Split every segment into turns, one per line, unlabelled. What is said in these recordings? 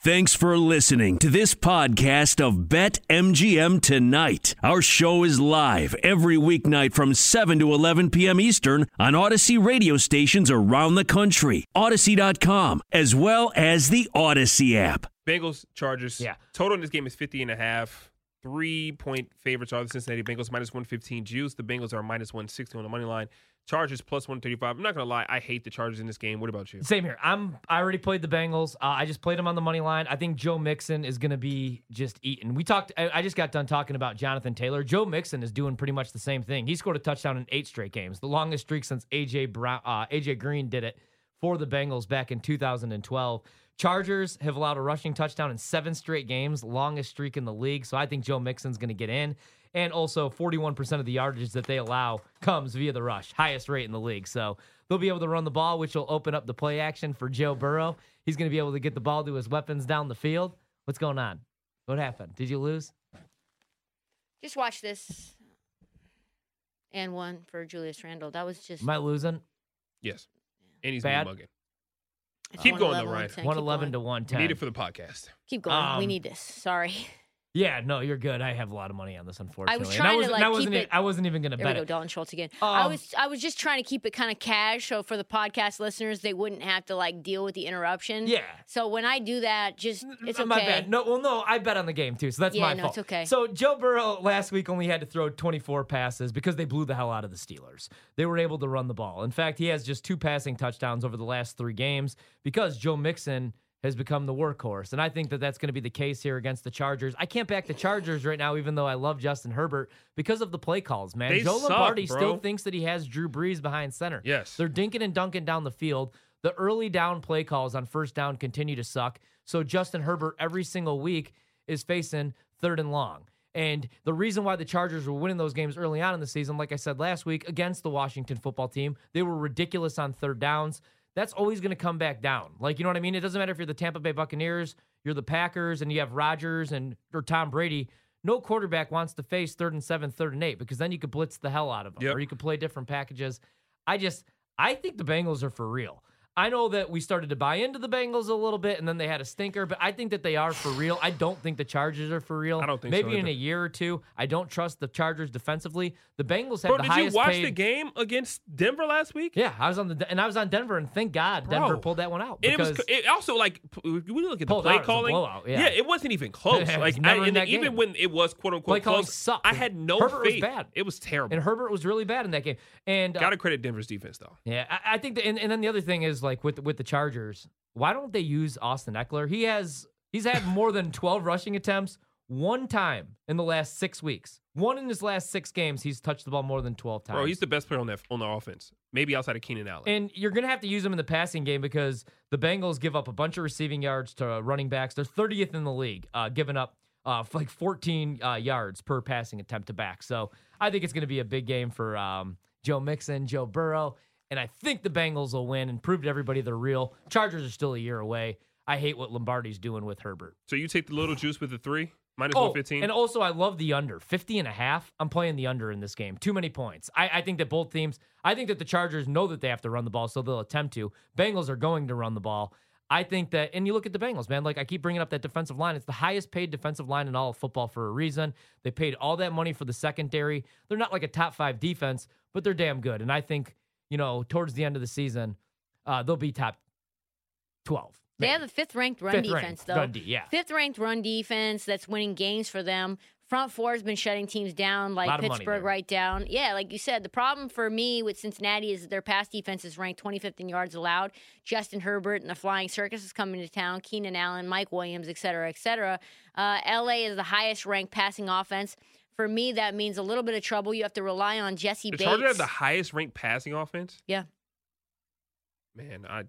Thanks for listening to this podcast of Bet MGM Tonight. Our show is live every weeknight from 7 to 11 p.m. Eastern on Odyssey radio stations around the country, Odyssey.com, as well as the Odyssey app.
Bengals, Chargers.
Yeah.
Total in this game is 50 and a half. Three point favorites are the Cincinnati Bengals minus 115 juice. The Bengals are minus 160 on the money line. Chargers plus 135. I'm not going to lie. I hate the Chargers in this game. What about you?
Same here. I'm. I already played the Bengals. Uh, I just played them on the money line. I think Joe Mixon is going to be just eaten. We talked. I, I just got done talking about Jonathan Taylor. Joe Mixon is doing pretty much the same thing. He scored a touchdown in eight straight games, the longest streak since AJ Brown, uh, AJ Green did it for the Bengals back in 2012. Chargers have allowed a rushing touchdown in seven straight games, longest streak in the league. So I think Joe Mixon's going to get in. And also, 41% of the yardage that they allow comes via the rush, highest rate in the league. So they'll be able to run the ball, which will open up the play action for Joe Burrow. He's going to be able to get the ball to his weapons down the field. What's going on? What happened? Did you lose?
Just watch this. And one for Julius Randle. That was just
Am I losing?
Yes. And he's
Bad.
mugging.
it's
Keep
one
going, though,
level
Ryan.
intent. Keep
111 to
going.
110.
Need it for the podcast.
Keep going. we
Um,
need this. Sorry.
yeah, no, you're good. I have a lot of money on this, unfortunately. And
trying to,
wasn't-
like,
and I
keep
wasn't, e-
it-
I wasn't even going to
There we
bet
go,
it.
Dalton Schultz again. I
Um,
was I was just trying to keep it kind of cash, so for the podcast listeners, they wouldn't have to like deal with the interruption.
Yeah.
So when I do that, just it's okay.
my bad. No, well, no, I bet on the game too, so that's
Yeah,
my
no,
fault.
it's okay.
So Joe Burrow last week only had to throw 24 passes because they blew the hell out of the Steelers. They were able to run the ball. In fact, he has just two passing touchdowns over the last three games because Joe Mixon has become the workhorse, and I think that that's going to be the case here against the Chargers. I can't back the Chargers right now, even though I love Justin Herbert because of the play calls, man.
They
Joe
suck,
Lombardi
bro.
still thinks that he has Drew Brees behind center.
Yes.
They're dinking and dunking down the field. The early down play calls on first down continue to suck. So Justin Herbert every single week is facing third and long. And the reason why the Chargers were winning those games early on in the season, like I said last week, against the Washington football team, they were ridiculous on third downs. That's always going to come back down. Like, you know what I mean? It doesn't matter if you're the Tampa Bay Buccaneers, you're the Packers, and you have Rodgers and or Tom Brady. No quarterback wants to face third and seven, third and eight, because then you could blitz the hell out of them,
Yep.
or you could play different packages. I just I think the Bengals are for real. I know that we started to buy into the Bengals a little bit and then they had a stinker, but I think that they are for real. I don't think the Chargers are for real.
I don't think so
Maybe in
either.
a year or two. I don't trust the Chargers defensively. The Bengals have
Bro,
the
did you
highest
watch
paid.
the game against Denver last week?
Yeah, I was on the and I was on Denver and thank God Denver
Bro.
pulled that one out.
And it
Because
was it also like p- if you look at the
Pulled
play
out, it was a
calling.
blowout, yeah.
it wasn't even close.
It was
like
never
I,
in
and
that
even
game.
when it was quote unquote
Play calling
close,
sucked.
I had no
Herbert was
faith.
bad.
It was terrible.
and Herbert was really bad in that game. And uh,
Got to credit Denver's defense though.
Yeah, I, I think, the, and, and then the other thing is like with with the Chargers, why don't they use Austin Eckler? He has he's had more than twelve rushing attempts one time in the last six weeks. One in his last six games, he's touched the ball more than twelve times.
Bro, he's the best player on that on the offense. Maybe outside of Keenan Allen.
And you're going to have to use them in the passing game because the Bengals give up a bunch of receiving yards to uh, running backs. They're 30th in the league, uh, giving up uh, f- like 14 uh, yards per passing attempt to back. So I think it's going to be a big game for um, Joe Mixon, Joe Burrow. And I think the Bengals will win and prove to everybody they're real. Chargers are still a year away. I hate what Lombardi's doing with Herbert.
so you take the little juice with the three minus
Oh,
one fifteen.
and also I love the under 50 and a half. I'm playing the under in this game. Too many points. I, I think that both teams, I think that the Chargers know that they have to run the ball, so they'll attempt to. Bengals are going to run the ball. I think that, and you look at the Bengals, man. Like I keep bringing up that defensive line. It's the highest paid defensive line in all of football for a reason. They paid all that money for the secondary. They're not like a top five defense, but they're damn good. And I think, you know, towards the end of the season, uh, they'll be top 12.
They
maybe.
have the fifth ranked run
Fifth
defense
ranked
though.
run D, yeah.
Fifth ranked run defense that's winning games for them. Front four has been shutting teams down, like
Lot of money
Pittsburgh
there.
right down. Yeah, like you said, the problem for me with Cincinnati is that their pass defense is ranked 25th in yards allowed. Justin Herbert and the Flying Circus is coming to town. Keenan Allen, Mike Williams, et cetera, et cetera. Uh, LA is the highest ranked passing offense. For me, that means a little bit of trouble. You have to rely on Jesse
the
Bates.
Chargers have the highest ranked passing offense.
yeah,
Man, I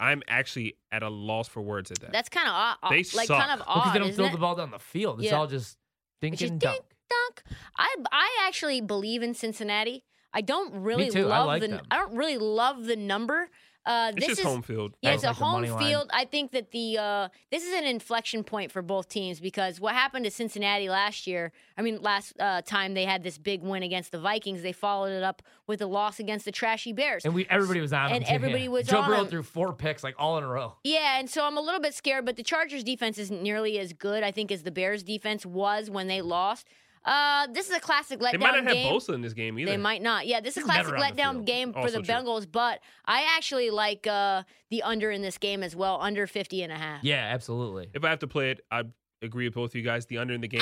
I'm actually at a loss for words at that.
that's kind of odd.
They
like
suck.
kind of
Because
odd.
they don't
isn't
throw
it?
the ball down the field. It's
Yeah.
all just dink
It's just
and dunk.
dink, dunk. I I actually believe in Cincinnati. I don't really
too. I
love
like
the
them.
I don't really love the number. Uh,
It's
this
just
is
home field.
yeah,
That
it's
was
a
like the
home
money line.
field. I think that the uh, this is an inflection point for both teams because what happened to Cincinnati last year? I mean, last uh, time they had this big win against the Vikings, they followed it up with a loss against the trashy Bears.
And we everybody was on him
And
too, yeah.
everybody was
Joe
on
Burrow
him.
threw four picks like all in a row.
Yeah, and so I'm a little bit scared, but the Chargers defense isn't nearly as good, I think, as the Bears defense was when they lost. Uh, this is a classic letdown
They might not have
game.
Bosa in this game either.
They might not. Yeah, this is a
He's never
classic
on the
letdown
field.
game for
Also
the
true.
Bengals, but I actually like uh, the under in this game as well, under 50 and a half.
Yeah, absolutely.
If I have to play it, I agree with both of you guys. The under in the game.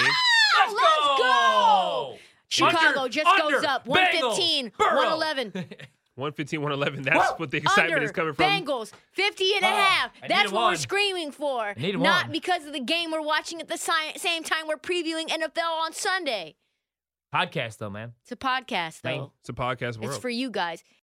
Oh, Let's go! Chicago
Under,
just goes
under,
up
Bengals,
115,
Burrow.
111.
115, 111. That's what the excitement
under
is coming from.
Bengals, 50 and a
Oh,
half.
I
That's
needed
what we're
one.
screaming for.
I needed
Not
one.
because of the game we're watching at the si- same time we're previewing NFL on Sunday.
Podcast though, man.
It's a podcast, though.
Thank-
It's a podcast world.
It's for you guys.